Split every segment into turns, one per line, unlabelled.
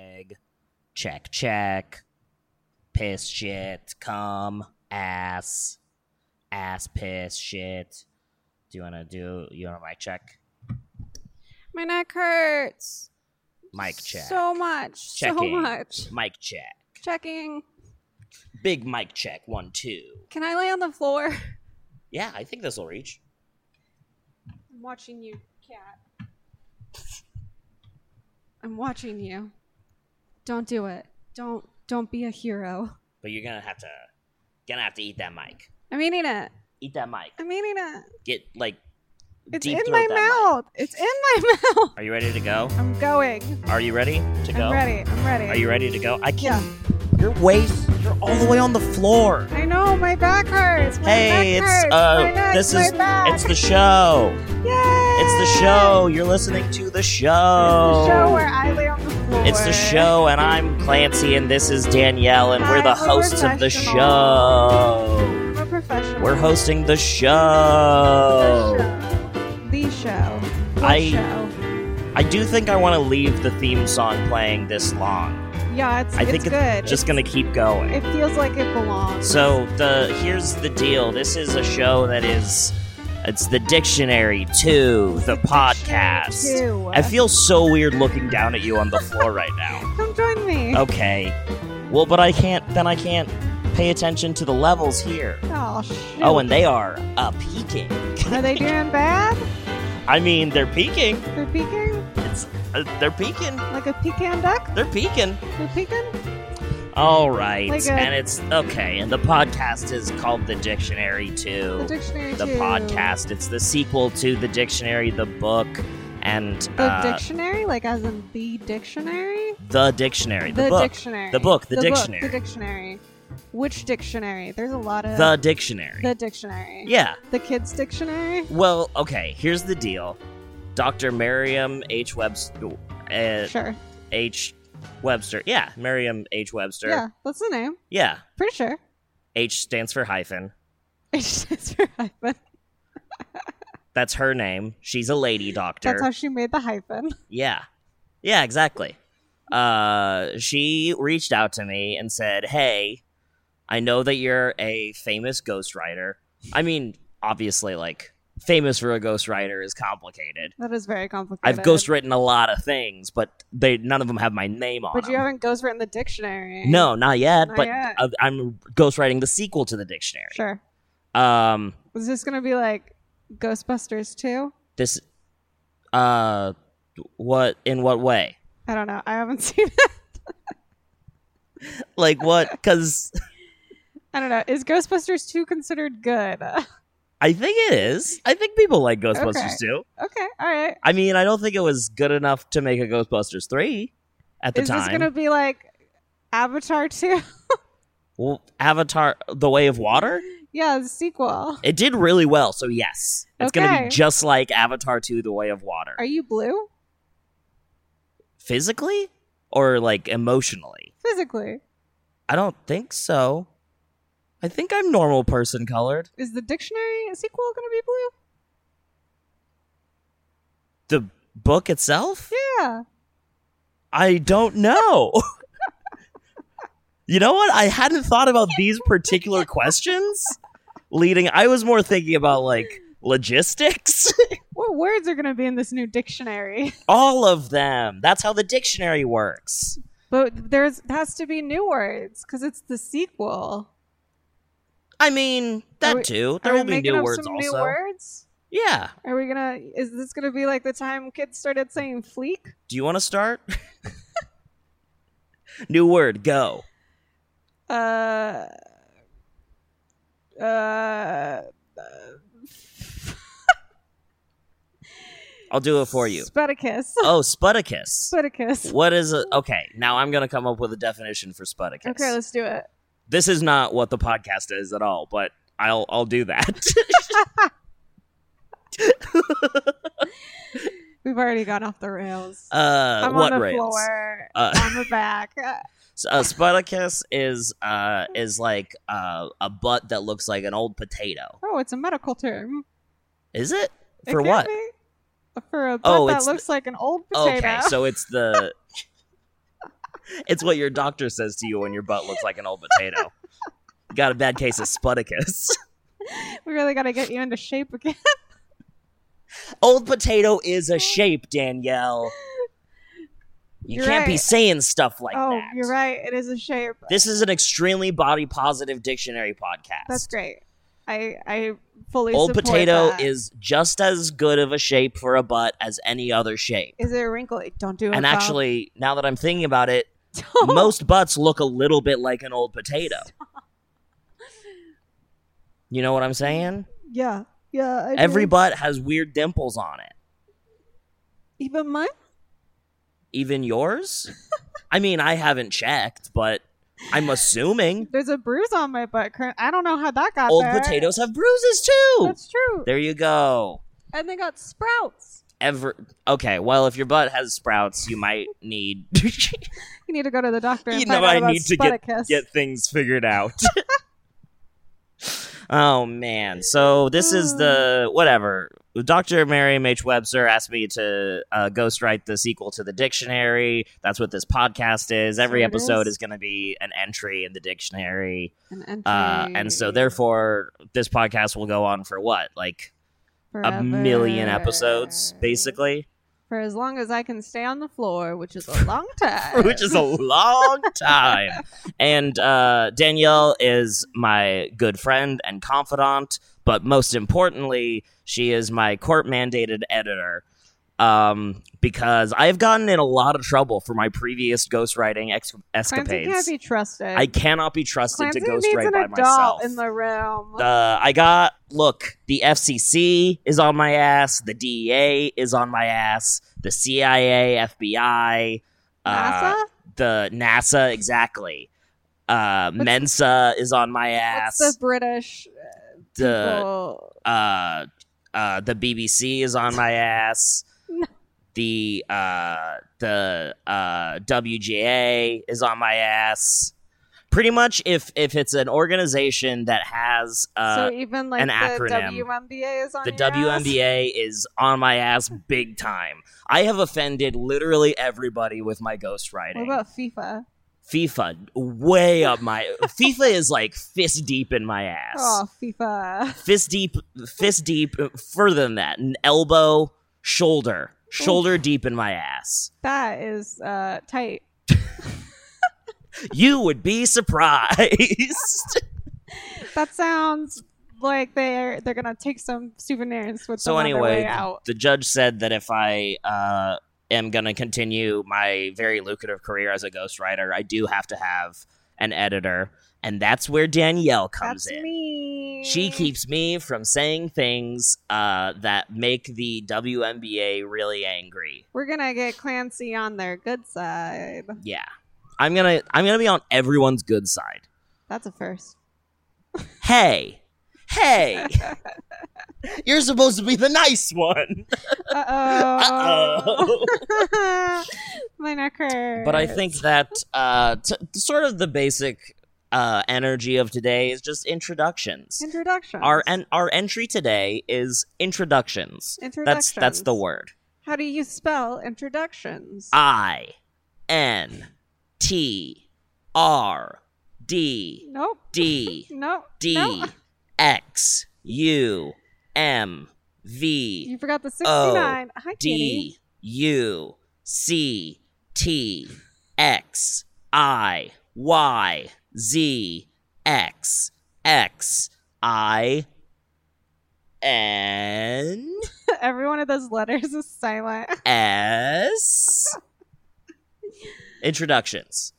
leg, check, check, piss, shit, come, ass, ass, piss, shit. Do you want to do, you want to mic check?
My neck hurts
Mic check.
so much, so
Checking.
much.
mic check.
Checking.
Big mic check, one, two.
Can I lay on the floor?
Yeah, I think this will reach.
I'm watching you, cat. I'm watching you. Don't do it. Don't don't be a hero.
But you're gonna have to, gonna have to eat that mic.
I'm eating it.
Eat that mic.
I'm eating it.
Get like
It's
deep
in
throat
my
that mic.
mouth. It's in my mouth.
Are you ready to go?
I'm going.
Are you ready to go?
I'm ready. I'm ready.
Are you ready to go? I can't. Your waist, you're all the way on the floor.
I know my back hurts. My
hey,
back
it's
hurts. my
uh,
neck,
this
my
is
back.
it's the show.
Yay!
It's the show. You're listening to the show.
It's the show where I lay on the floor.
It's the show, and I'm Clancy, and this is Danielle, and we're
Hi,
the
we're
hosts of the
professional.
show.
We're professional.
We're hosting the show.
The show. The show. The
I-
show.
I do think I want to leave the theme song playing this long.
Yeah, it's,
I
it's
think it's
good.
Just gonna keep going.
it feels like it belongs.
So the here's the deal. This is a show that is it's the dictionary to the podcast.
Two.
I feel so weird looking down at you on the floor right now.
Come join me.
Oh. Okay. Well, but I can't then I can't pay attention to the levels here.
Oh, shoot.
Oh, and they are uh peaking.
are they doing bad?
I mean, they're peaking.
They're peeking
It's uh, they're peaking.
like a pecan duck.
They're peaking.
They're peeking.
All right.
Like a-
and it's okay. And the podcast is called The Dictionary to
The dictionary.
the
too.
podcast. It's the sequel to the dictionary, the book, and
The
uh,
dictionary, like as in the dictionary.
the dictionary, the,
the
book,
dictionary.
The book, the dictionary.
the dictionary. Which dictionary? There's a lot of
the dictionary.
the dictionary.
yeah.
The kids' dictionary.
Well, okay. Here's the deal. Dr. Merriam H. Webster. Uh,
Sure.
H. Webster. Yeah, Merriam H. Webster.
Yeah, that's the name.
Yeah.
Pretty sure.
H stands for hyphen.
It stands for hyphen.
That's her name. She's a lady doctor.
That's how she made the hyphen.
Yeah. Yeah, exactly. Uh, she reached out to me and said, Hey, I know that you're a famous ghostwriter. I mean, obviously, like, famous for a ghostwriter is complicated.
That is very complicated.
I've ghostwritten a lot of things, but they none of them have my name on
But you
them.
haven't ghostwritten the dictionary.
no, not yet,
Not
but
yet.
I- I'm ghostwriting the sequel to the dictionary.
Sure.
Um,
Is this gonna be like Ghostbusters 2?
this, uh, what, in what way?
I don't know. I haven't seen it.
Like, what? Because
I don't know. Is Ghostbusters 2 considered good? okay.
I think it is. I think people like Ghostbusters
Okay.
too.
All right.
I mean, I don't think it was good enough to make a Ghostbusters three at the
Is
time.
this gonna be like Avatar 2?
Well, Avatar: The Way of Water.
yeah, the sequel.
It did really well, so yes, it's gonna be
Okay.
just like Avatar two: The Way of Water,
Are you blue?
physically or like emotionally.
Physically.
I don't think so. I think I'm normal person colored.
Is the dictionary sequel gonna be blue?
The book itself,
Yeah.
I don't know. you know what? I hadn't thought about these particular questions leading. I was more thinking about like logistics.
What words are gonna be in this new dictionary?
All of them. That's how the dictionary works.
But there's has to be new words because it's the sequel.
I mean, that
Are we-
too.
Are
There
we
will be
making
new
up
words
some
also.
New words?
Yeah.
Are we gonna? Is this gonna be like the time kids started saying "fleek"?
Do you want to start? new word, go.
Uh. Uh.
I'll do it for you.
Sputicus.
Oh, sputicus.
Sputicus.
What is it? Okay, now I'm going to come up with a definition for sputicus.
Okay, let's do it.
This is not what the podcast is at all, but I'll I'll do that.
We've already gone off the rails.
Uh,
I'm
what
on the
rails?
floor.
Uh,
on the back. Uh,
So, uh, sputicus is uh is like uh, a butt that looks like an old potato.
Oh, it's a medical term.
Is it
It
for
can't
what?
be. For a butt
Oh,
that
it's the-
looks like an old potato.
Okay, so it's the It's what your doctor says to you when your butt looks like an old potato. Got a bad case of sputicus.
We really got to get you into shape again.
old potato is a shape, Danielle. You
You're
can't be
right.
saying stuff like
oh,
that.
you're right. It is a shape.
This is an extremely body positive dictionary podcast.
That's great. I I fully
Old
support
potato
that.
is just as good of a shape for a butt as any other shape.
Is there a wrinkle? Don't do it.
And
Val.
actually, now that I'm thinking about it,
Don't.
most butts look a little bit like an old potato. You know what I'm saying?
yeah, yeah. I do.
Every butt has weird dimples on it.
even mine.
Even yours? I mean, I haven't checked, but I'm assuming
There's a bruise on my butt. curr- I don't know how that got
old
there.
potatoes have bruises too.
That's true.
There you go.
and they got sprouts.
Ever okay? Well, if your butt has sprouts, you might need
You need to go to the doctor. And
you
find
know
out
I
about
need to get
sputicus.
get things figured out. oh man! So this is the whatever. Dr. Mary H. Webster asked me to uh, ghostwrite the sequel to the dictionary. That's what this podcast is. Every
what it
episode
is.
is going to be an entry in the dictionary,
an
uh,
entry
and so therefore this podcast will go on for what like a million
forever.
episodes, basically,
For as long as I can stay on the floor, which is a long time.
which is a long time. And uh, Danielle is my good friend and confidant, but most importantly, she is my court mandated editor. Um, because I've gotten in a lot of trouble for my previous ghostwriting ex-
Clancy can't
escapades.
be trusted.
I cannot be trusted
Clancy
to
needs
ghostwrite
an
by
adult
myself.
in the room.
Uh, I got look. The FCC is on my ass. The DEA is on my ass. The CIA, FBI, uh,
NASA?
the NASA, exactly. Uh,
What's-
Mensa is on my ass.
What's the British
the
people?
uh, uh, the BBC is on my ass.
No.
The uh, the uh, WGA is on my ass. Pretty much, if if it's an organization that has uh,
so even like
an
the
acronym.
WMBA is on
the
your ass?
WNBA is on my ass big time. I have offended literally everybody with my
What
ghostwriting.
about FIFA?
FIFA way up my FIFA is like fist deep in my ass.
Oh, FIFA.
Fist deep fist deep further than that. An elbow, shoulder, shoulder deep in my ass.
That is uh, tight.
You would be surprised.
That sounds like they're they're gonna take some souvenirs with
so
them on their
anyway,
way out.
the judge said that if I uh, am going to continue my very lucrative career as a ghostwriter, I do have to have an editor, and that's where Danielle comes
That's
in.
me.
She keeps me from saying things uh, that make the WNBA really angry.
We're gonna get Clancy on their good side.
Yeah, I'm gonna I'm gonna be on everyone's good side.
That's a first.
Hey, hey, you're supposed to be the nice one.
Uh oh.
Uh-oh.
My neck hurts.
but I think that uh, t- sort of the basic uh, energy of today is just introductions.
introduction.
Our and our entry today is introductions. That's that's the word.
How do you spell introductions?
I N T R D
nope.
D
Nope.
D
No.
X U M V
You forgot the 69. Hi,
Oh,
Kitty.
D U C T X I Y Z X X I N
Every one of those letters is silent.
S introductions.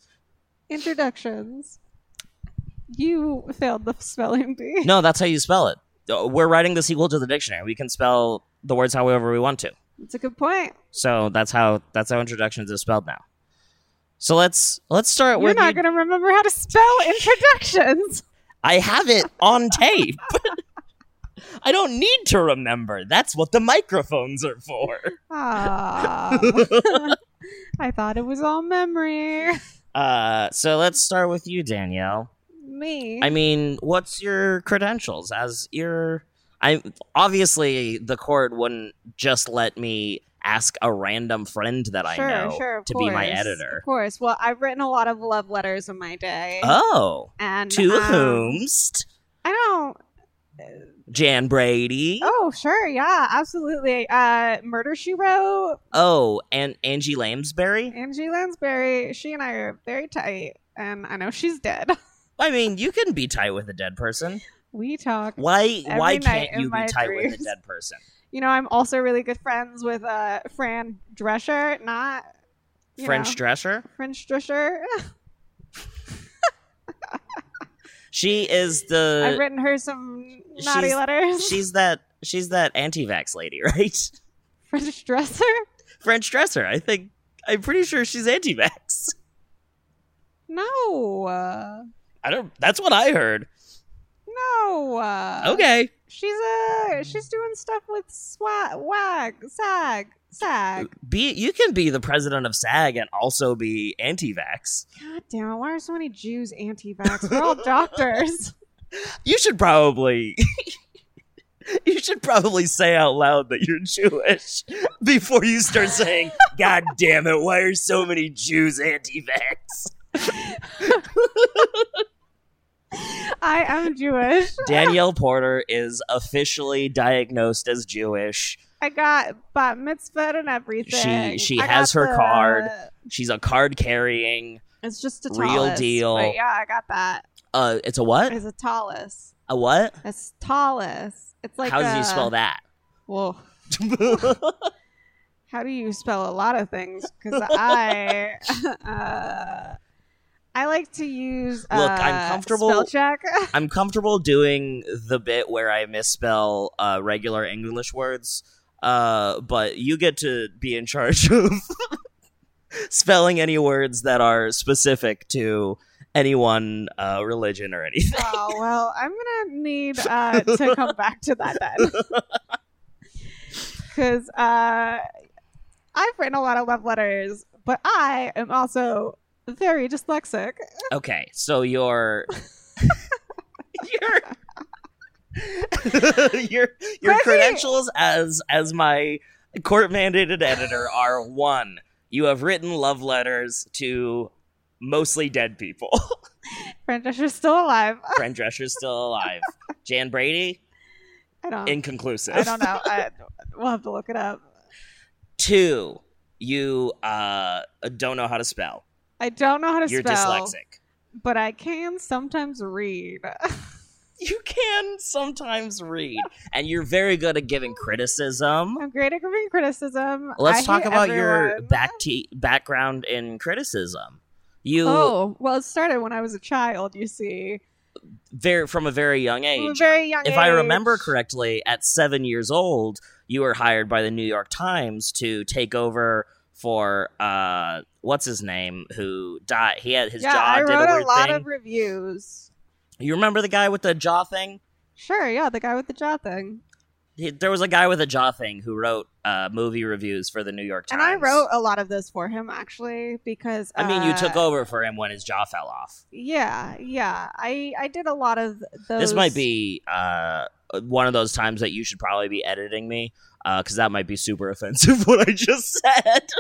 Introductions. You failed the spelling bee.
No, that's how you spell it. Uh, We're writing the sequel to the dictionary. We can spell the words however we want to.
That's a good point.
So that's how that's how introductions is spelled now. So let's let's start
We're
with
not
you-
going to remember how to spell introductions.
I have it on tape. I don't need to remember. That's what the microphones are for.
Aw. I thought it was all memory.
Uh, so let's start with you, Danielle.
Me.
I mean, what's your credentials as your I obviously the court wouldn't just let me ask a random friend that
sure,
I know
sure, of
to be my
course,
editor.
Of course. Well, I've written a lot of love letters in my day.
Oh,
and
to
um,
whomst?
I don't
Jan Brady. Oh.
Oh, sure. Yeah, absolutely. Uh, Murder She Wrote,
Oh, and Angie Lamsbury.
Angie Lansbury, she and I are very tight, and I know she's dead.
I mean, you can be tight with a dead person.
We talk.
Why?
Every
why
night
can't
in
you be
my
tight with a
dreams.
dead person?
You know, I'm also really good friends with uh, Fran Drescher, not you
French
know,
dresser.
French Drescher.
She is
I've
the.
written her some naughty
Uh, she's-
letters.
She's that. She's that anti-vax lady, right?
French Dresser.
French dresser. I think. I'm pretty sure she's anti-vax.
No, uh,
I don't. That's what I heard.
no. uh,
Okay.
She's uh, she's doing stuff with swag, wag, sag, sag.
Be you can be the president of SAG and also be anti-vax.
God damn it! Why are so many Jews anti-vax? We're all doctors.
You should probably you should probably say out loud that you're Jewish before you start saying, "God damn it, why are so many Jews anti-vax?"
I am Jewish.
Danielle Porter is officially diagnosed as Jewish.
I got bat mitzvah and everything.
She- she
I
has
got
her card. She's a card carrying.
It's just a
Real
tallis,
deal.
But yeah, I got that.
Uh, it's a what?
It's a tallis.
A what?
It's tallis. It's like
How do
a-
you spell that?
Well, how do you spell a lot of things? Because I, uh, I like to use.
Look,
uh,
I'm comfortable-
Spell check.
I'm comfortable doing the bit where I misspell uh, regular English words, uh, but you get to be in charge of spelling any words that are specific to any one uh, religion or anything.
oh well, I'm gonna need uh, to come back to that then, because uh, I've written a lot of love letters, but I am also very dyslexic.
Okay, so your your your your
Quincy!
credentials as as my court mandated editor are one. You have written love letters to mostly dead people.
Frances is still alive.
Fran Drescher's still alive. Jan Brady,
I don't.
inconclusive.
I don't know. I, we'll have to look it up.
Two, you uh, don't know how to spell.
I don't know how to
You're
spell,
dyslexic.
but I can sometimes read.
You can sometimes read, and you're very good at giving criticism.
I'm great at giving criticism.
Let's
I
talk
hate
about your
everyone.
back te- background in criticism. You
Oh well, it started when I was a child. You see,
very from a very young
From a
age.
very young.
if I remember
age.
correctly, at seven years old, you were hired by the New York Times to take over for uh, what's his name who died. He had his
yeah,
jaw
I
did
wrote
a
a,
weird
lot
thing.
of reviews.
you remember the guy with the jaw thing?
Sure, yeah, the guy with the jaw thing,
He, there was a guy with a jaw thing who wrote uh, movie reviews for the New York
and
Times.
I wrote a lot of this for him actually because
I mean, you
uh,
took over for him when his jaw fell off.
Yeah, yeah, I I did a lot of those.
This might be uh, one of those times that you should probably be editing me because that might be super offensive what I just said.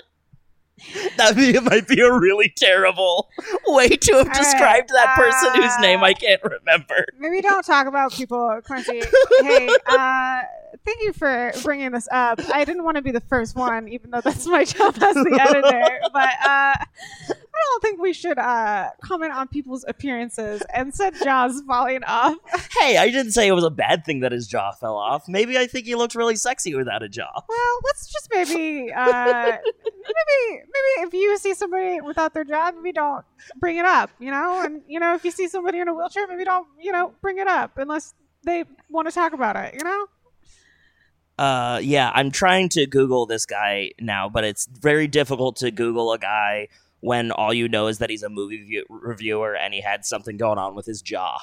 that be, it might be a really terrible way to have
All right,
described that person whose name I
uh,
can't remember.
Maybe don't talk about people, Quincy. hey, uh, thank you for bringing this up. I didn't want to be the first one, even though that's my job as the editor. But uh, I don't think we should uh, comment on people's appearances and said jaws falling off.
Hey, I didn't say it was a bad thing that his jaw fell off. Maybe I think he looked really sexy without a jaw.
Well, let's just maybe, uh, maybe, maybe if you see somebody without their job, maybe don't bring it up. You know, and you know if you see somebody in a wheelchair, maybe don't you know bring it up unless they want to talk about it. You know.
Uh, yeah, I'm trying to Google this guy now, but it's very difficult to Google a guy when all you know is that he's a movie view- reviewer and he had something going on with his jaw.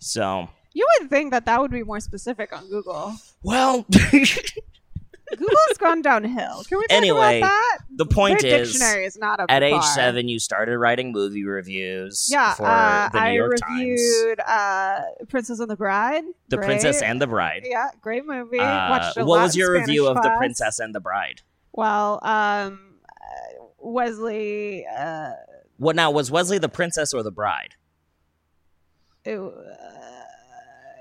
So,
You would think that that would be more specific on Google.
well,
Google's gone downhill. Can we talk
Anyway,
about that?
the point
Their
is,
dictionary is not up
at
to
age
par.
seven, you started writing movie reviews
Yeah,
for
uh,
the New
I
York Times,
reviewed uh, Princess and the Bride.
The
Great.
Princess and the Bride.
yeah, great movie.
Uh,
Watched a
what
lot
was
in
your
Spanish
review of The
class.
Princess and the Bride?
while um, uh, Wesley. Uh,
What now? Was Wesley the princess or the bride?
it, uh,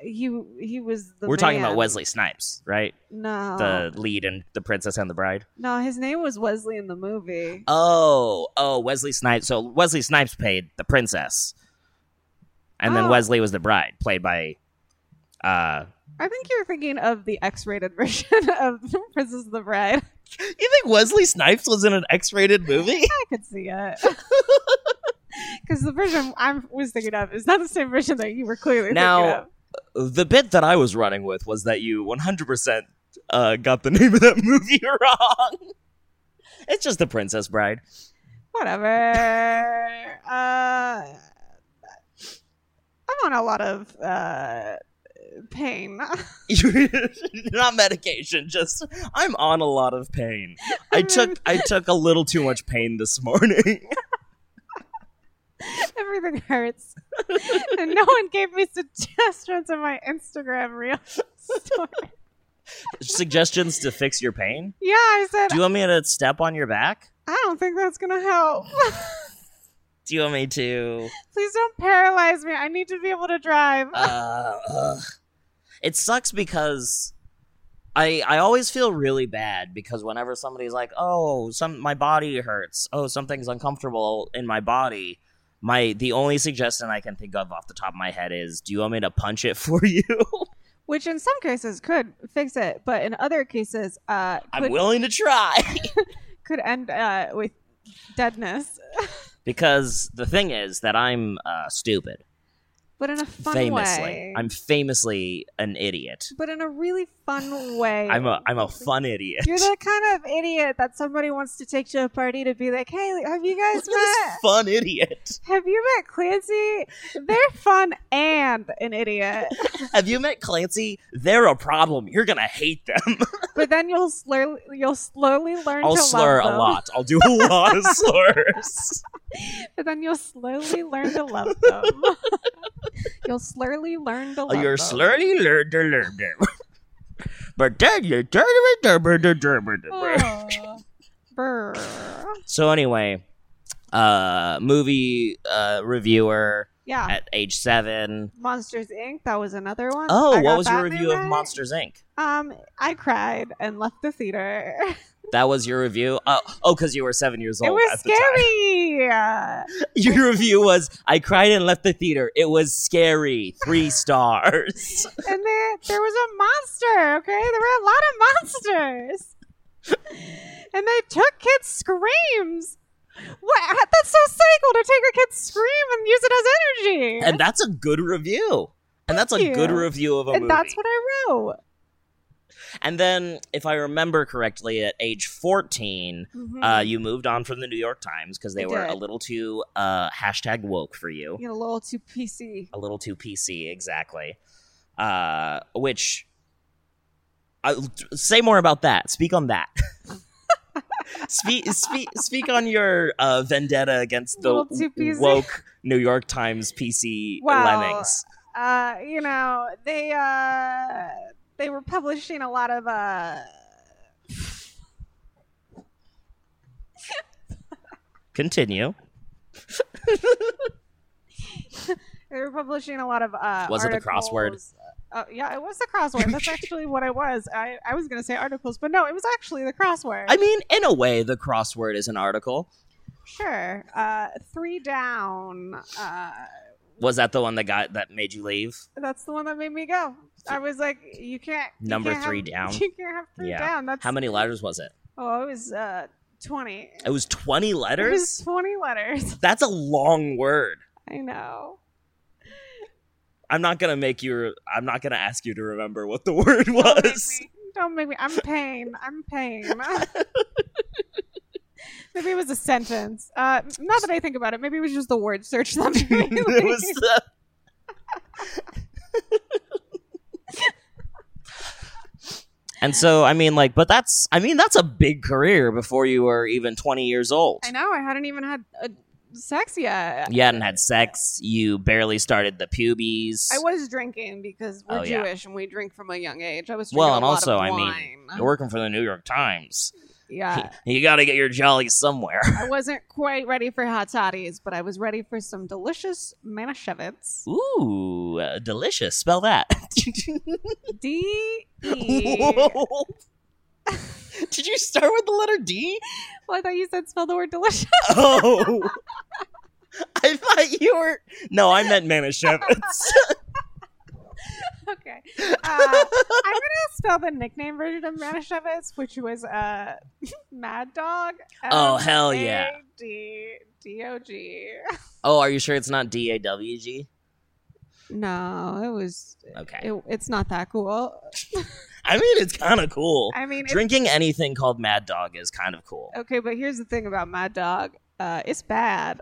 he he was the.
We're talking
man. Oh.
about Wesley Snipes, right?
No,
The lead in The Princess and the Bride.
no, his name was Wesley in the movie.
Oh, oh, Wesley Snipes. So Wesley Snipes played the princess, and then
Oh.
Wesley was the bride, played by. Uh,
I think you're thinking of the X-rated version of Princess of the Bride.
you think Wesley Snipes was in an X-rated movie?
I could see it. Because the version I was thinking of is not the same version that you were clearly
Now-
thinking
the bit that I was running with was that you 100% uh, got the name of that movie wrong. It's just the Princess Bride.
of. Whatever. Uh, I'm on a lot of uh, pain.
Not medication, just I'm on a lot of pain. I took I took a little too much pain this morning.
Everything hurts. and no one gave me suggestions on my Instagram reel. story.
Suggestions to fix your pain?
yeah, I said,
Do you want me to step on your back?
I don't think that's going to help.
Do you want me to
Please don't paralyze me. I need to be able to drive.
uh, ugh. it sucks because I I always feel really bad because whenever somebody's like, "Oh, some my body hurts. Oh, something's uncomfortable in my body." My the only suggestion I can think of off the top of my head is, "Do you want me to punch it for you?"
which in some cases could fix it, but in other cases, uh,
I'm
could,
willing to try.
could end uh, with deadness,
because the thing is that I'm uh, stupid.
but in a fun
famously,
way.
I'm famously an idiot.
but in a really fun way.
I'm a I'm a fun idiot.
You're the kind of idiot that somebody wants to take to a party to be like, "Hey, have you guys
Look at this
met?
fun idiot.
Have you met Clancy? They're fun and an idiot."
Have you met Clancy? They're a problem. You're gonna hate them.
but then you'll slur, you'll slowly learn
I'll
to
slur
love
a
them.
lot. I'll do a lot of slurs.
But then you'll slowly learn to love them. you'll slowly learn to love
Oh, You're
them.
slurly lurder lurder. But then you turn it derber der- derber derber.
Oh. Brr.
So anyway, uh movie uh reviewer
Yeah.
at age seven.
Monsters Inc. That was another one.
Oh,
Ah. I got
what was
that
your review
name
of
right.
Monsters Inc?
Um, I cried and left the theater.
That was your review. Uh, oh, because you were seven years old.
it was
at the time.
scary.
Your review was: I cried and left the theater. It was scary. Three stars.
and there there was a monster, okay? There were a lot of monsters. and they took kids' screams. What that's so cynical to take a kid's scream and use it as energy.
and that's a good review. And that's
Thank
a good
you.
review of a
And
movie.
that's what I wrote.
and then, if I remember correctly, at age 14,
Mm-hmm.
uh, you moved on from the New York Times because they
I
were a
did.
little too uh, hashtag woke for you,
You're a little too PC.
a little too PC, exactly. Uh, which, I, say more about that. Speak on that. speak, speak, speak on your uh, vendetta against the
Little too PC.
woke New York Times PC
Well,
lemmings.
uh, you know, they uh, they were publishing a lot of uh,
Continue.
they were publishing a lot of uh,
Was it the crossword?
articles. Uh, yeah, it was the crossword. That's actually what I was. I, I was gonna say articles, but no, it was actually the crossword.
I mean, in a way, the crossword is an article.
sure. Uh, three down. Uh,
Was that the one that got that made you leave?
that's the one that made me go. I was like, you can't. you
Number
can't
three
have-
down?
You can't have three
Yeah.
down. That's
How many letters was it?
Oh, it was uh, twenty.
It was 20
It was
letters?
twenty letters.
That's a long word.
I know.
I'm not going to make you, re- I'm not going to ask you to remember what the word
Don't make
was.
me. Don't make me. I'm pain. I'm pain. maybe it was a sentence. Uh, now that I think about it, maybe it was just the word search that made me
it was
leave.
the. and so, I mean, like, but that's, I mean, that's a big career before you were even 20 years old.
I know. I hadn't even had uh sex yet.
You hadn't had sex. You barely started the pubes.
I was drinking because we're
Oh, yeah.
Jewish and we drink from a young age. I was drinking
Well, and
a lot of
also, I mean,
wine.
You're working for the New York Times.
Yeah.
you got to get your jolly somewhere.
I wasn't quite ready for hot toddies, but I was ready for some delicious manischewitz.
Ooh, uh, delicious. Spell that.
D E. Well,
Whoa. Did you start with the letter D?
I thought you said spell the word delicious.
Oh. I thought you were. No, I meant Manischewitz.
Okay. Uh, I'm gonna spell the nickname version of manischewitz, which was uh, Mad Dog.
Oh, hell yeah.
D D O G.
oh, are you sure it's not D A W G?
No, it was.
Okay.
It, it's not that cool.
I mean, it's kind of cool.
I mean, Oh. it's
Drinking anything called Mad Dog is kind of cool.
Okay, but here's the thing about Mad Dog. Uh, it's bad.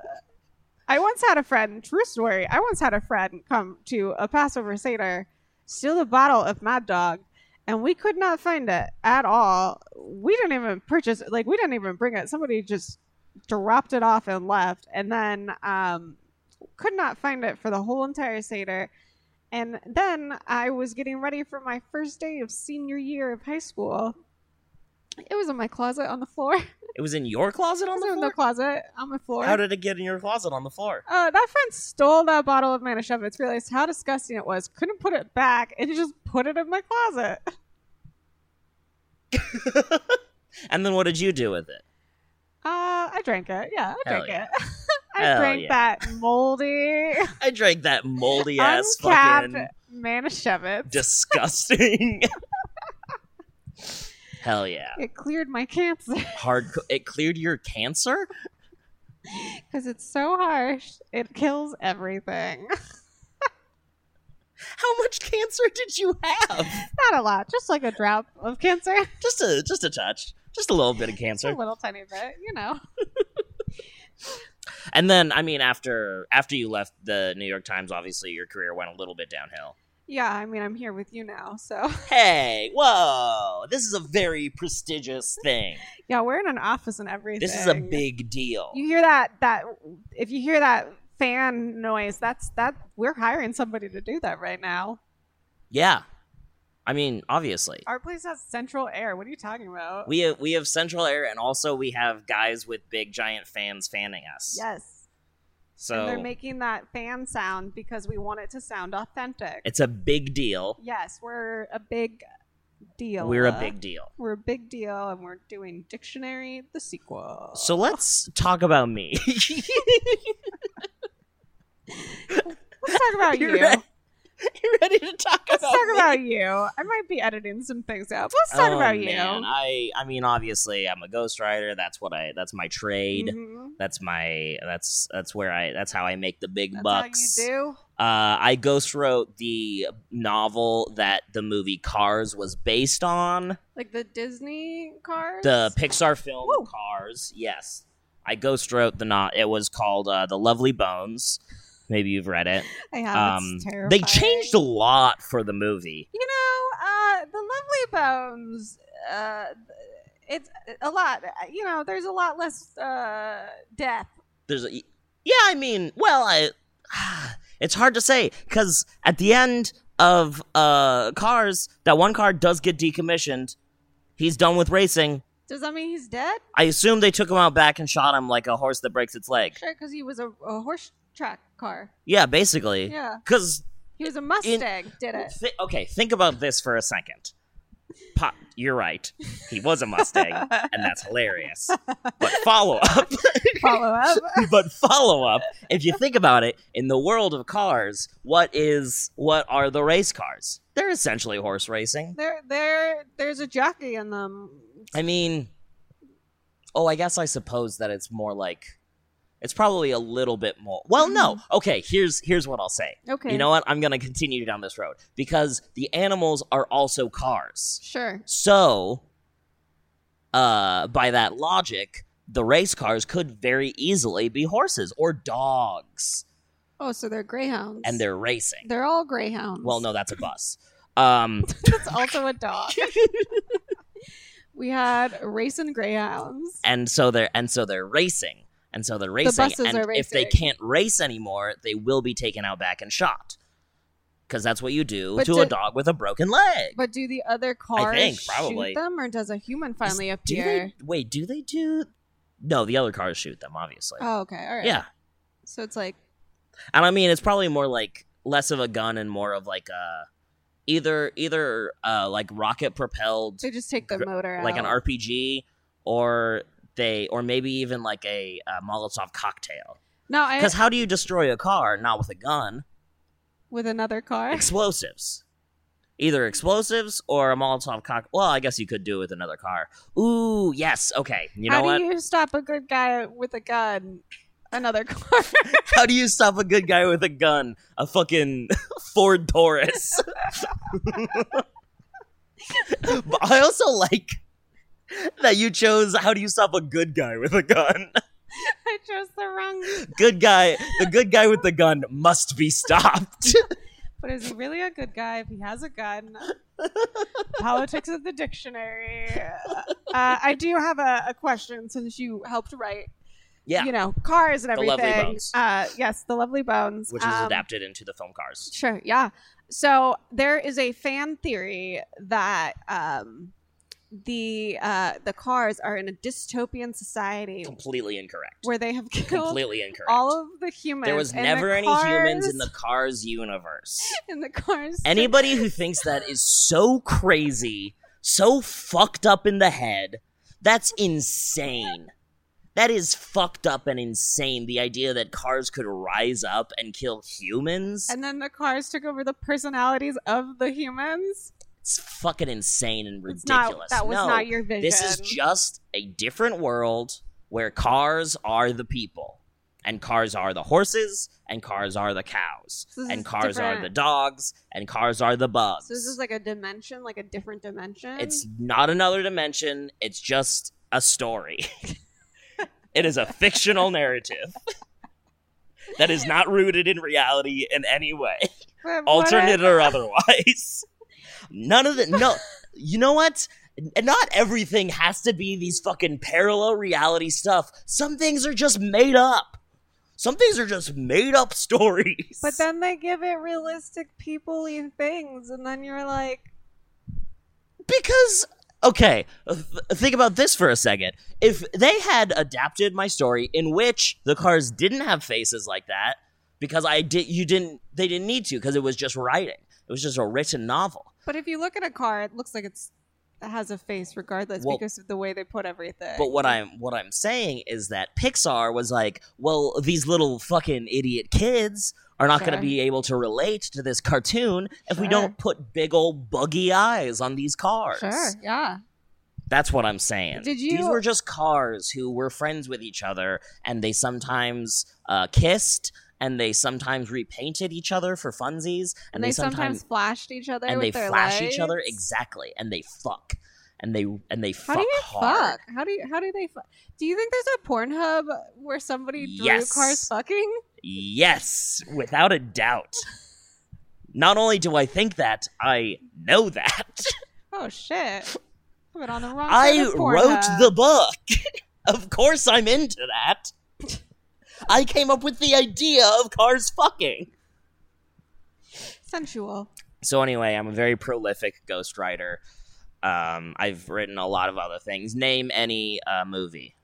I once had a friend, true story, I once had a friend come to a Passover Seder, steal a bottle of Mad Dog, and we could not find it at all. We didn't even purchase it. Like, we didn't even bring it. Somebody just dropped it off and left. And then um, could not find it for the whole entire Seder. And then I was getting ready for my first day of senior year of high school. It was in my closet on the floor.
It was in your closet on
It
the
was in
floor?
the closet on the floor.
How did it get in your closet on the floor?
uh, that friend stole that bottle of Manischewitz, realized how disgusting it was, couldn't put it back, and just put it in my closet.
and then what did you do with it?
Uh, I drank it. Yeah, I
Hell
drank
yeah.
it. I
Hell
drank
yeah.
that moldy,
I drank that moldy ass
uncapped
fucking
Manischewitz.
disgusting. Hell yeah.
it cleared my cancer
Hard co- it cleared your cancer?
because it's so harsh. It kills everything.
How much cancer did you have?
Not a lot, just like a drop of cancer.
Just a just a touch. Just a little bit of
Just a
cancer.
little tiny bit, you know.
And then I mean after after you left the New York Times, obviously your career went a little bit downhill.
Yeah, I mean, I'm here with you now, so.
Hey, whoa. This is a very prestigious thing.
Yeah, we're in an office and everything.
This is a big deal.
You hear that? That if you hear that fan noise, that's that we're hiring somebody to do that right now.
Yeah. I mean, obviously.
Our place has central air. What are you talking about?
We have we have central air, and also we have guys with big giant fans fanning us.
yes, and
So
they're making that fan sound because we want it to sound authentic.
it's a big deal.
yes, we're a big deal.
We're a big deal.
We're a big deal, and we're doing Dictionary the sequel.
So let's talk about me.
let's talk about
You
you.
ready? you ready to talk
Let's
about?
talk
me?
about you. I might be editing some things out. but Let's talk
Oh,
about you.
man. I I mean, obviously, I'm a ghostwriter. That's what I. That's my trade.
Mhm.
That's my. That's that's where I. That's how I make the big
That's
bucks.
how you do.
Uh, I ghost wrote the novel that the movie Cars was based on.
Like the Disney cars?
the Pixar film
Woo.
Cars. Yes, I ghost wrote the not. It was called uh, The Lovely Bones. Maybe you've read it.
I have.
um,
Oh, it's terrifying.
they changed a lot for the movie.
You know, uh, the Lovely Bones. Uh, it's a lot. You know, there's a lot less uh, death.
There's, a, yeah, I mean, well, I, it's hard to say because at the end of uh, Cars, that one car does get decommissioned. He's done with racing.
Does that mean he's dead?
I assume they took him out back and shot him like a horse that breaks its leg.
Sure, because he was a, a horse track car.
Yeah, basically.
Yeah,
Because
he was a Mustang. did it?
Thi- okay, think about this for a second. Pop, you're right. He was a Mustang, and that's hilarious. But follow up,
Follow up.
but follow up. If you think about it, in the world of cars, what is what are the race cars? They're essentially horse racing.
there, there, there's a jockey in them.
I mean, oh, I guess I suppose that it's more like it's probably a little bit more. Well, no. Okay, here's here's what I'll say.
Okay.
You know what? I'm going to continue down this road because the animals are also cars.
Sure.
So, uh, by that logic, the race cars could very easily be horses or dogs,
Oh, so they're greyhounds.
and they're racing.
they're all greyhounds.
Well, no, that's a bus. Um,
That's also a dog. we had racing greyhounds.
and so they're and so they're racing, and so they're racing.
buses
and
are
if they
racing.
can't race anymore, they will be taken out back and shot. because that's what you do
But
to a
did-
dog with a broken leg.
But do the other cars
think, probably.
shoot them, or does a human finally
Do
appear?
they? Wait, do they do? No, the other cars shoot them, obviously.
Oh, okay, all right.
Yeah,
So it's like
and I mean it's probably more like less of a gun and more of like a either either uh like rocket propelled
they just take the
Gr-
motor out.
like an RPG or they or maybe even like a, uh Molotov cocktail.
No, I
Because how do you destroy a car? Not with a gun.
with another car.
Explosives. Either explosives or a Molotov cock. Well, I guess you could do it with another car. Ooh, yes. Okay. You know
how
what?
do you stop a good guy with a gun? Another car.
How do you stop a good guy with a gun? A fucking Ford Taurus. but I also like that you chose how do you stop a good guy with a gun?
I chose the wrong.
Good guy, the good guy with the gun must be stopped.
But is he really a good guy if he has a gun? Politics of the dictionary. Uh, I do have a, a question since you helped write.
yeah,
You know, cars and
The
everything.
Lovely Bones.
Uh, yes, the lovely bones,
which is
Um,
adapted into the film Cars.
Sure. Yeah. So there is a fan theory that um, the uh, the cars are in a dystopian society
Completely incorrect.
where they have killed
Completely incorrect.
all of the humans.
there was
and
never
the
any
cars,
humans in the Cars universe.
in the cars.
Anybody who thinks that is so crazy, so fucked up in the head, that's insane. That is fucked up and insane. The idea that cars could rise up and kill humans.
And then the cars took over the personalities of the humans.
It's fucking insane and
It's
ridiculous.
not, that was
no,
not your vision.
this is just a different world where cars are the people. And cars are the horses, and cars are the cows,
So this
and
is
cars are
different.
the dogs, and cars are the bugs.
So this is like a dimension, like a different dimension.
It's not another dimension. It's just a story. it is a fictional narrative that is not rooted in reality in any way,
But what if-
alternate or otherwise. None of the no. You know what? N- Not everything has to be these fucking parallel reality stuff. Some things are just made up. Some things are just made up stories.
But then they give it realistic people things, and then you're like,
Because okay, th- think about this for a second. If they had adapted my story in which the cars didn't have faces like that because I did you didn't they didn't need to because it was just writing. It was just a written novel.
But if you look at a car, it looks like it's it has a face regardless
Well-
because of the way they put everything.
But what I'm what I'm saying is that Pixar was like, well, these little fucking idiot kids are not going
Sure.
to be able to relate to this cartoon if we
Sure.
don't put big old buggy eyes on these cars.
sure, yeah,
That's what I'm saying.
Did
These
you-
were just cars who were friends with each other, and they sometimes uh, kissed, and they sometimes repainted each other for funsies, and,
and they, sometimes, flashed each other
and
with
they
their
flash each other
lights.
exactly, and they fuck, and they and they
How
fuck
do you
hard.
fuck? How do you how do they fuck? Do you think there's a Pornhub where somebody drew
Yes.
cars fucking?
Yes, without a doubt. Not only do I think that, I know that.
Oh shit! I went on the wrong. side
I
of
wrote
Pornhub.
the book. of course, I'm into that. I came up with the idea of cars fucking.
sensual.
So anyway, I'm a very prolific ghostwriter. Um, I've written a lot of other things. Name any uh, movie.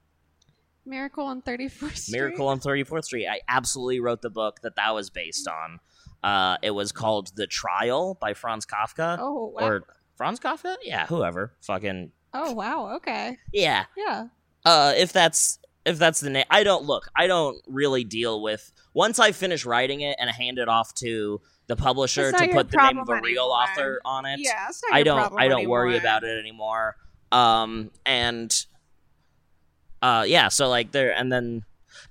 Miracle on 34th Street.
Miracle on 34th Street. I absolutely wrote the book that that was based on. Uh, it was called The Trial by Franz Kafka.
Oh wow!
Or Franz Kafka? Yeah, whoever. Fucking
oh wow! Okay.
yeah.
Yeah.
uh, if that's if that's the name i don't look i don't really deal with once i finish writing it and hand it off to the publisher
It's not
to
your
put the name
problem
of a real
anymore.
author on it
Yeah. That's not
i
your
don't
problem
i don't worry
anymore.
about it anymore um and uh yeah so like there and then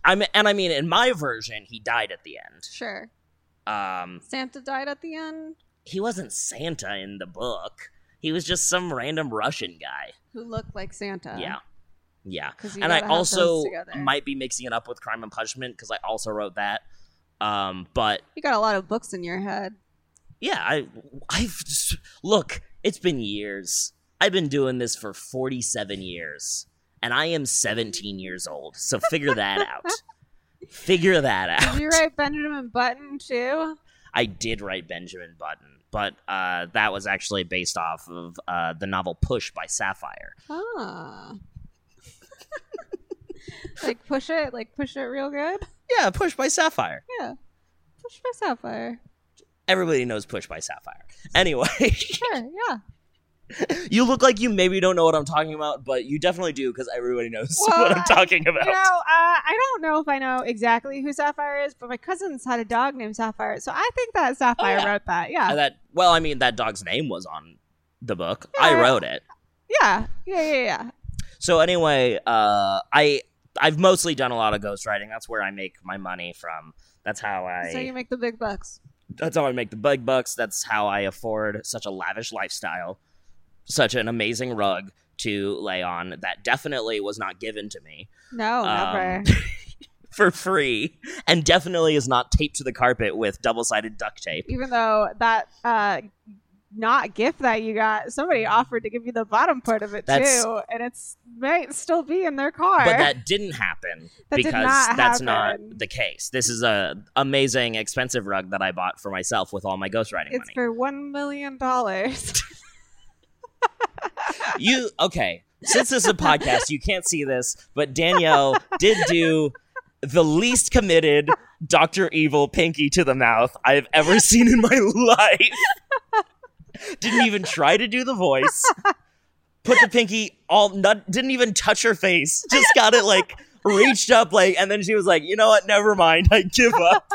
i'm and i mean in my version he died at the end
Sure.
um
Santa died at the end.
he wasn't santa in the book he was just some random russian guy
who looked like Santa.
yeah yeah
'Cause you
and I
gotta have those
also
together.
might be mixing it up with Crime and Punishment because I also wrote that. Um, but
you got a lot of books in your head.
yeah, I I've just, look. It's been years. I've been doing this for forty-seven years, and I am seventeen years old. So figure that out. Figure that
Did
out.
you write Benjamin Button too?
I did write Benjamin Button, but uh, that was actually based off of uh, the novel Push by Sapphire.
Ah.
like push it, like push it real good.
Yeah, Push by Sapphire.
Push for sapphire.
Everybody knows Push by Sapphire. Anyway,
Sure, yeah.
you look like you maybe don't know what I'm talking about, but you definitely do because everybody knows
Well,
what I'm talking about.
You know, uh, I don't know if I know exactly who Sapphire is, but my cousins had a dog named Sapphire, so I think that Sapphire
Oh, yeah.
wrote that. Yeah.
And that well, I mean, that dog's name was on the book. I
Yeah.
wrote it.
yeah, yeah, yeah, yeah.
So anyway, uh, I I've mostly done a lot of ghostwriting. That's where I make my money from. That's how I.
So you make the big bucks.
that's how I make the bug bucks. That's how I afford such a lavish lifestyle, such an amazing rug to lay on that definitely was not given to me
No,
Um,
never.
for free, and definitely is not taped to the carpet with double-sided duct tape.
Even though that uh, not gift that you got, somebody offered to give you the bottom part of it
Mm-hmm. That's-
too, and it's might still be in their car.
But that didn't happen
That did
because
not
that's
happen.
not the case. This is a amazing, expensive rug that I bought for myself with all my ghostwriting
it's
money.
for one million dollars.
you okay since this is a podcast you can't see this but danielle did do the least committed dr evil pinky to the mouth i've ever seen in my life didn't even try to do the voice put the pinky all not, didn't even touch her face just got it like reached up like and then she was like you know what never mind i give up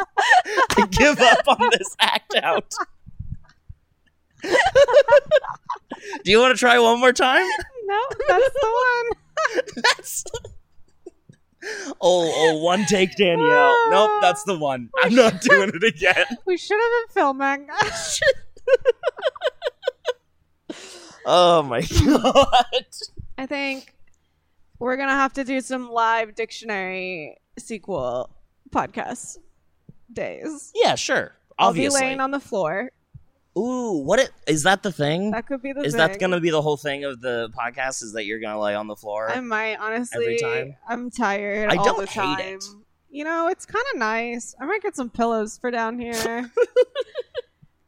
i give up on this act out do you want to try one more time
no, that's the one.
that's oh, oh, one take, Danielle. nope, that's the one. I'm not doing it again.
We should have been filming.
Oh my god.
I think we're gonna have to do some live dictionary sequel podcast days.
Yeah, sure.
I'll be
Obviously.
laying on the floor.
Ooh, what it, is that the thing?
That could be the
Is
thing.
that going to be the whole thing of the podcast? Is that you're going to lay on the floor?
I might honestly.
every time?
I'm tired.
I
all
don't
the
hate
time.
it.
You know, it's kind of nice. I might get some pillows for down here.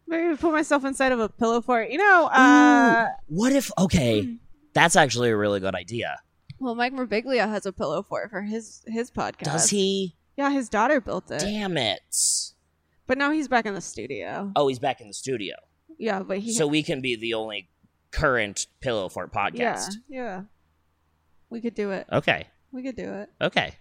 Maybe put myself inside of a pillow fort. You know, uh,
what if?
Hmm.
Okay, that's actually a really good idea.
well, Mike Morbiglia has a pillow fort for his his podcast.
Does he?
Yeah, his daughter built it,
Damn it.
but now he's back in the studio.
Oh, he's back in the studio.
Yeah, but he
So we can be the only current Pillow Fort podcast.
Yeah, yeah. We could do it.
Okay.
We could do it.
Okay.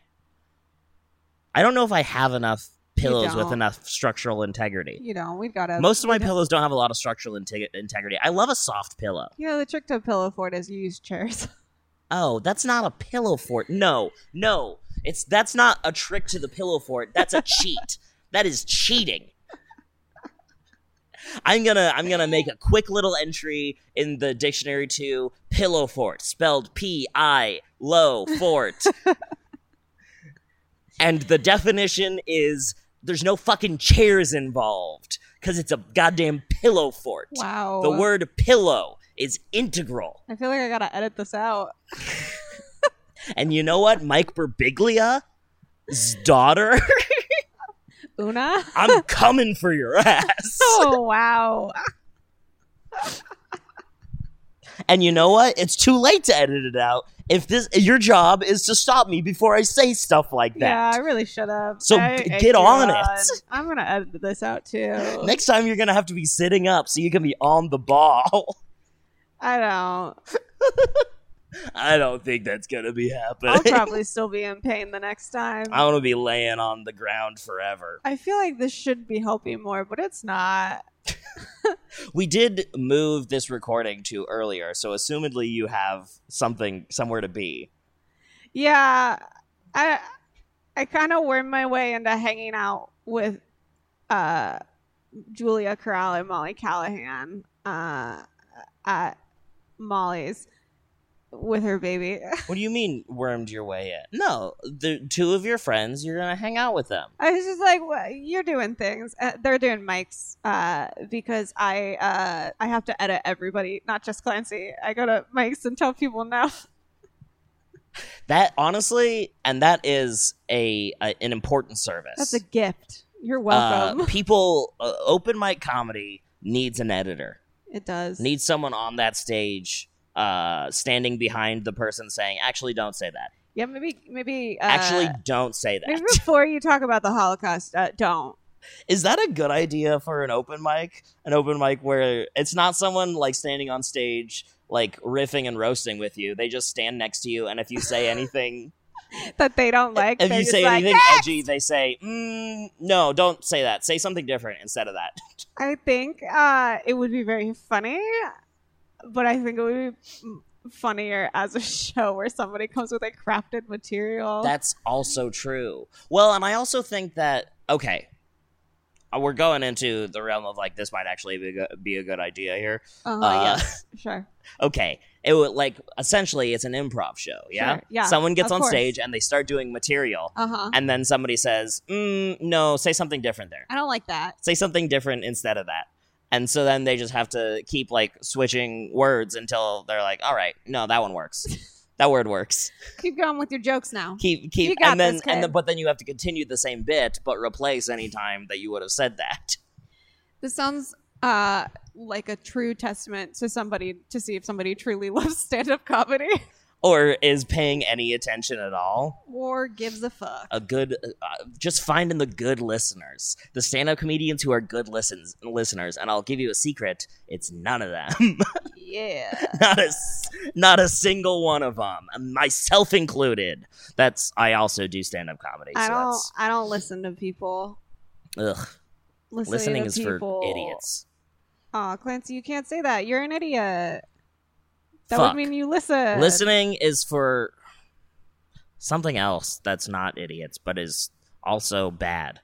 I don't know if I have enough pillows with
don't.
enough structural integrity.
You know, we've got to.
Most of my pillows don't have a lot of structural inte- integrity. I love a soft pillow.
You know, the trick to a pillow fort is you use chairs.
Oh, that's not a pillow fort. No, no, it's that's not a trick to the pillow fort. That's a cheat. That is cheating. I'm gonna I'm gonna make a quick little entry in the dictionary to pillow fort, spelled P I low fort. and the definition is there's no fucking chairs involved because it's a goddamn pillow fort.
Wow.
The word pillow is integral
I feel like I gotta edit this out.
And you know what? Mike Birbiglia's daughter,
Una.
I'm coming for your ass.
Oh wow.
And you know what? It's too late to edit it out. If this your job is to stop me before I say stuff like
Yeah, I
that.
really should have.
So
I-
g-
I
get
do
on it.
not. I'm gonna edit this out too.
Next time you're gonna have to be sitting up so you can be on the ball.
I don't.
I don't think that's gonna be happening.
I'll probably still be in pain the next time.
I wanna be laying on the ground forever.
I feel like this should be helping more, but it's not.
We did move this recording to earlier, so assumedly you have something somewhere to be.
Yeah, I I kind of wormed my way into hanging out with uh, Julia Corral and Molly Callahan uh, at Molly's with her baby.
What do you mean wormed your way in? No, the two of your friends, you're gonna hang out with them.
I was just like, well, "You're doing things." Uh, they're doing mics uh, because I uh, I have to edit everybody, not just Clancy. I go to mics and tell people no.
That honestly, and that is a, a an important service.
That's a gift.
You're
Uh,
welcome.
people, uh, open mic comedy needs an editor.
it does.
Needs someone on that stage, uh, standing behind the person saying, "Actually, don't say that.
Yeah, maybe maybe uh,
Actually, don't say that."
maybe before you talk about the Holocaust, uh, don't.
Is that a good idea for an open mic? An open mic where it's not someone like standing on stage, like riffing and roasting with you. They just stand next to you, and if you say anything,
That they don't like.
if
they're
you
just
say
like,
anything
"Ah!"
edgy, they say, mm, "No, don't say that. Say something different instead of that."
I think uh, it would be very funny, but I think it would be funnier as a show where somebody comes with a crafted material.
That's also true. Well, and I also think that okay, uh, we're going into the realm of like this might actually be a good, be a good idea here.
uh-huh,
uh,
yes, sure.
Okay, it would like essentially it's an improv show. Yeah,
Sure, yeah,
Someone gets
of
on
course.
stage and they start doing material,
Uh huh.
and then somebody says, mm, "No, say something different there.
I don't like that.
Say something different instead of that." And so then they just have to keep like switching words until they're like, "All right, no, that one works. that word works."
Keep going with your jokes now.
keep keep
You got
and then
this,
and then
kid.
but then you have to continue the same bit but replace any time that you would have said that
This sounds uh, like a true testament to somebody to see if somebody truly loves stand up comedy
or is paying any attention at all
War gives a fuck.
a good uh, just finding the good listeners the stand-up comedians who are good listens listeners and i'll give you a secret it's none of them
Yeah.
not a s- not a single one of them myself included that's i also do stand-up comedy
I
so
don't. I don't listen to people.
that's ugh
Listening,
listening
to
is
people.
for idiots
Aw, Clancy, you can't say that. You're an idiot. That
Fuck.
would mean you listen.
Listening is for something else that's not idiots, but is also bad.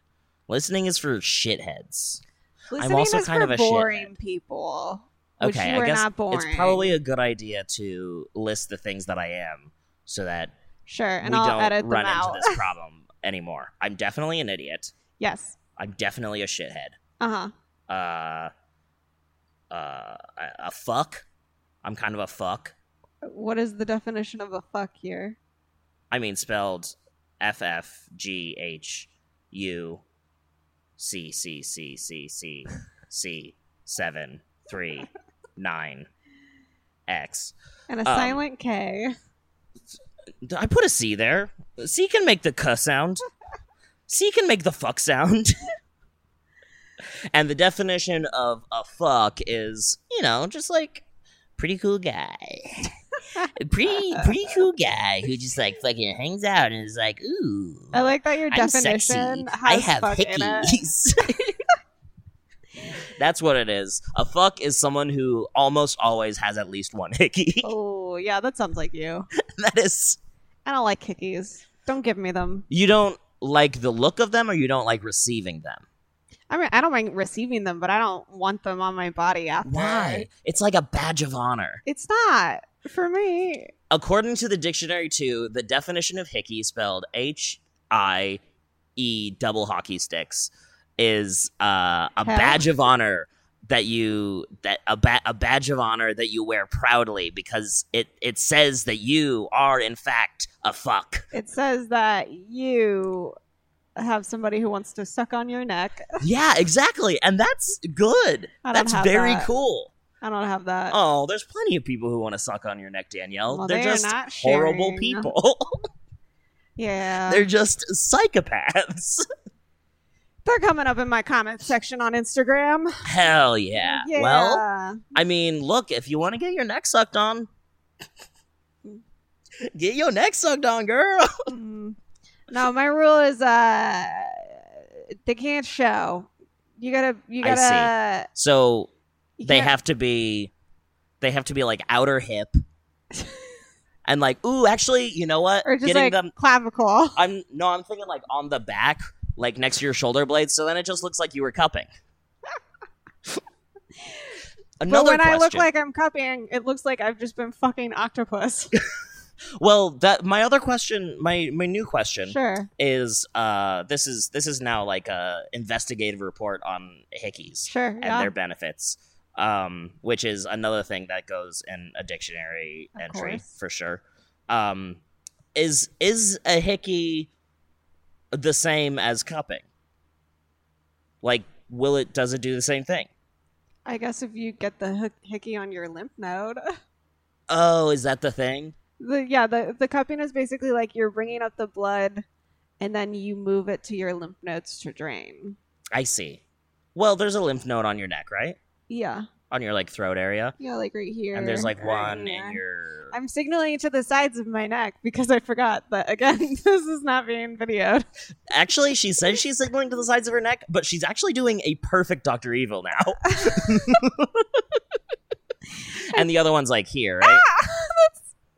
Listening is for shitheads.
Listening
also
is
kind
for
of a
boring people. Which
Okay,
you
I
are
guess
not boring.
it's probably a good idea to list the things that I am so that
sure, and
we
I'll
don't
edit them
run
out.
into this problem anymore. I'm definitely an idiot.
Yes.
I'm definitely a shithead.
Uh huh.
Uh, uh, a a fuck. I'm kind of a fuck.
What is the definition of a fuck here?
I mean, spelled F F G H U C C C C C C seven three nine X.
And a
Um,
silent K.
D- I put a C there. C can make the k sound. C can make the fuck sound. and the definition of a fuck is, you know, just like pretty cool guy. pretty pretty cool guy who just like fucking hangs out and is like, ooh.
I like that your
I'm
definition
sexy.
has
I have
fuck in it.
hickeys. That's what it is. A fuck is someone who almost always has at least one hickey.
Oh yeah, that sounds like you.
that is,
I don't like hickeys. Don't give me them.
you don't like the look of them, or you don't like receiving them.
I mean, I don't mind receiving them, but I don't want them on my body after.
Why? It's like a badge of honor.
It's not for me.
According to the dictionary, too, the definition of hickey, spelled H I E double hockey sticks, is uh, a
Hell.
badge of honor that you that a, ba- a badge of honor that you wear proudly because it it says that you are in fact a fuck.
It says that you have somebody who wants to suck on your neck.
yeah, exactly, and that's good.
I don't
That's
have
very
that.
cool.
I don't have that.
Oh, there's plenty of people who want to suck on your neck, Danielle.
Well,
They're
they are
just
not
horrible
sharing. Um,
people.
Yeah.
They're just psychopaths.
They're coming up in my comment section on Instagram.
Hell yeah.
Yeah.
Well, I mean, look, if you want to get your neck sucked on, get your neck sucked on, girl.
Mm. no, my rule is uh they can't show. You gotta you
I see.
gotta
So
you
they
can't-
have to be, they have to be like outer hip, and like, ooh, actually, you know what?
or just
Getting
like
them,
clavicle.
I'm no, I'm thinking like on the back, like next to your shoulder blades. So then it just looks like you were cupping.
But
Another
when I look
question.
like I'm cupping, it looks like I've just been fucking octopus.
well, that my other question, my my new question.
sure.
is uh this is this is now like a investigative report on hickeys
Sure.
and
yeah.
their benefits um which is another thing that goes in a dictionary
Of
entry
course.
for sure um is is a hickey the same as cupping Like, will it? Does it do the same thing?
I guess if you get the hic- hickey on your lymph node,
Oh, is that the thing?
the yeah, the the cupping is basically like you're bringing up the blood, and then you move it to your lymph nodes to drain.
I see. Well, there's a lymph node on your neck, right?
Yeah,
On your like throat area,
yeah, like right here.
and there's like
right
one
here.
in your.
I'm signaling to the sides of my neck because I forgot that again. This is not being videoed.
Actually, she says she's signaling to the sides of her neck, but she's actually doing a perfect Doctor Evil now. and the other one's like here, right?
Ah,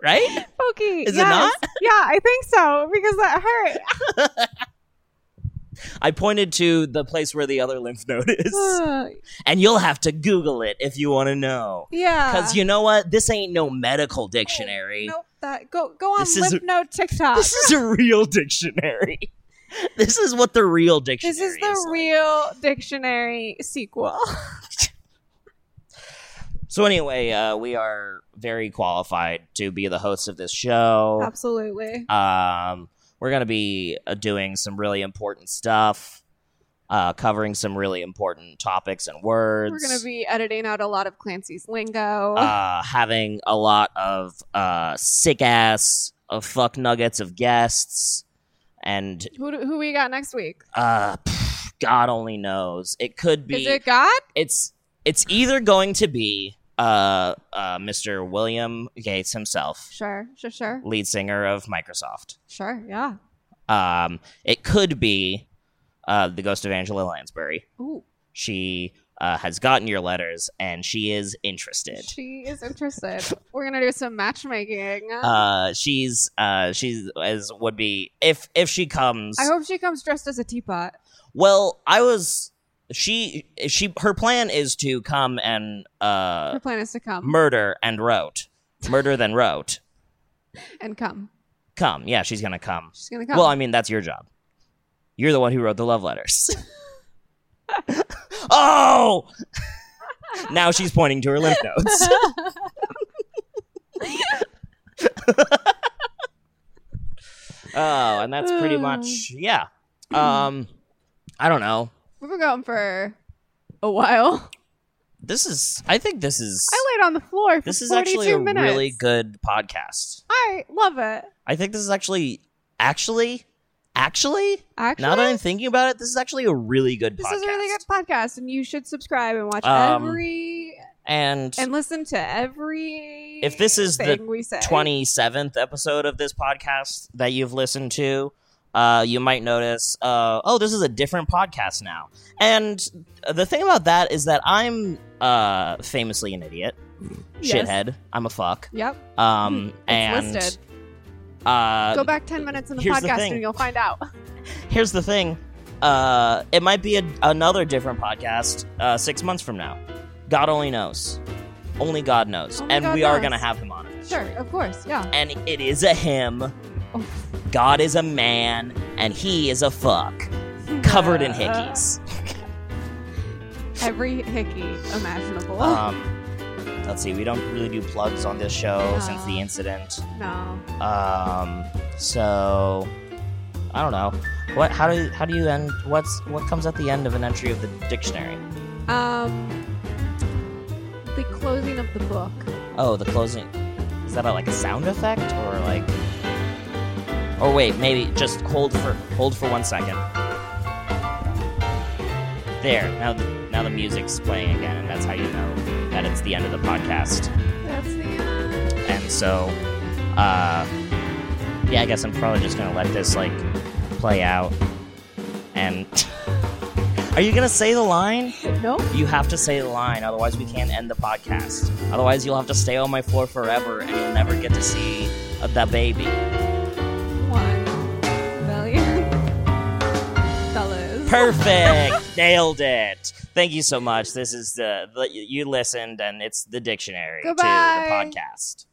Right?
Pokey,
Is it not?
yes. Yeah, I think so because that hurt.
I pointed to the place where the other lymph node is,
Uh,
and you'll have to Google it if you want to know.
yeah,
Because you know what? This ain't no medical dictionary.
Nope. That go go on
This is
lymph
a-
node TikTok.
This is a real dictionary. This is what the real dictionary
This
is.
is the
like.
real dictionary sequel.
So anyway, uh, we are very qualified to be the hosts of this show.
Absolutely.
Um, we're gonna be uh, doing some really important stuff, uh, covering some really important topics and words.
We're gonna be editing out a lot of Clancy's lingo.
uh, having a lot of uh, sick ass of fuck nuggets of guests, and
who, do- who we got next week?
uh, pff, God only knows. It could be.
Is it God?
it's it's either going to be uh, uh, Mr. William Gates himself,
Sure, sure, sure,
lead singer of Microsoft.
sure. Yeah.
Um, it could be uh, the ghost of Angela Lansbury.
Ooh,
She uh, has gotten your letters, and she is interested.
she is interested. We're gonna do some matchmaking.
Uh, she's uh, she's as would be if if she comes.
I hope she comes dressed as a teapot.
well, I was she she her plan is to come and uh,
Her plan is to come
murder and rote, murder then rote.
and come.
Come, yeah, she's gonna come.
She's gonna come.
Well, I mean that's your job. You're the one who wrote the love letters. oh! now she's pointing to her lymph nodes. oh, and that's pretty much yeah. Um, I don't know.
We've been going for a while.
This is. I think this is.
I laid on the floor for
this is
42
actually a
minutes.
really good podcast.
I love it.
I think this is actually, actually, actually.
Actually,
now that I'm thinking about it, this is actually a really good
this
podcast.
is a really good podcast, and you should subscribe and watch
Um,
every
And
and listen to every.
If this is the
thing we say.
27th episode of this podcast that you've listened to, uh, you might notice, uh, oh, this is a different podcast now. And the thing about that is that I'm uh, famously an idiot,
Yes.
shithead. I'm a fuck.
Yep,
Um,
it's
and
listed.
Uh,
Go back ten minutes in the
here's the
podcast,
thing.
and you'll find out.
here's the thing uh, it might be a, another different podcast uh, six months from now. God only knows. Only God knows.
Only
and
God
we are
knows.
going to have him on it.
Sure, of course, yeah.
and it is a him.
Oh.
God is a man, and he is a fuck, covered in hickeys.
Every hickey imaginable.
Um, let's see, we don't really do plugs on this show since the
No.
incident.
no,
Um, so I don't know. What? How do? How do you end? What's? What comes at the end of an entry of the dictionary?
um, the closing of the book.
Oh, the closing. Is that a, like a sound effect or like? Or wait, maybe just hold for hold for one second. There. Now, the, now the music's playing again, and that's how you know that it's the end of the podcast.
That's the end.
And so, uh, yeah, I guess I'm probably just gonna let this like play out. And are you gonna say the line?
No,
You have to say the line, otherwise we can't end the podcast. Otherwise, you'll have to stay on my floor forever, and you'll never get to see uh, the baby.
one million fellas.
Perfect, nailed it. Thank you so much. This is the, the you listened, and it's the dictionary
Goodbye.
to the podcast.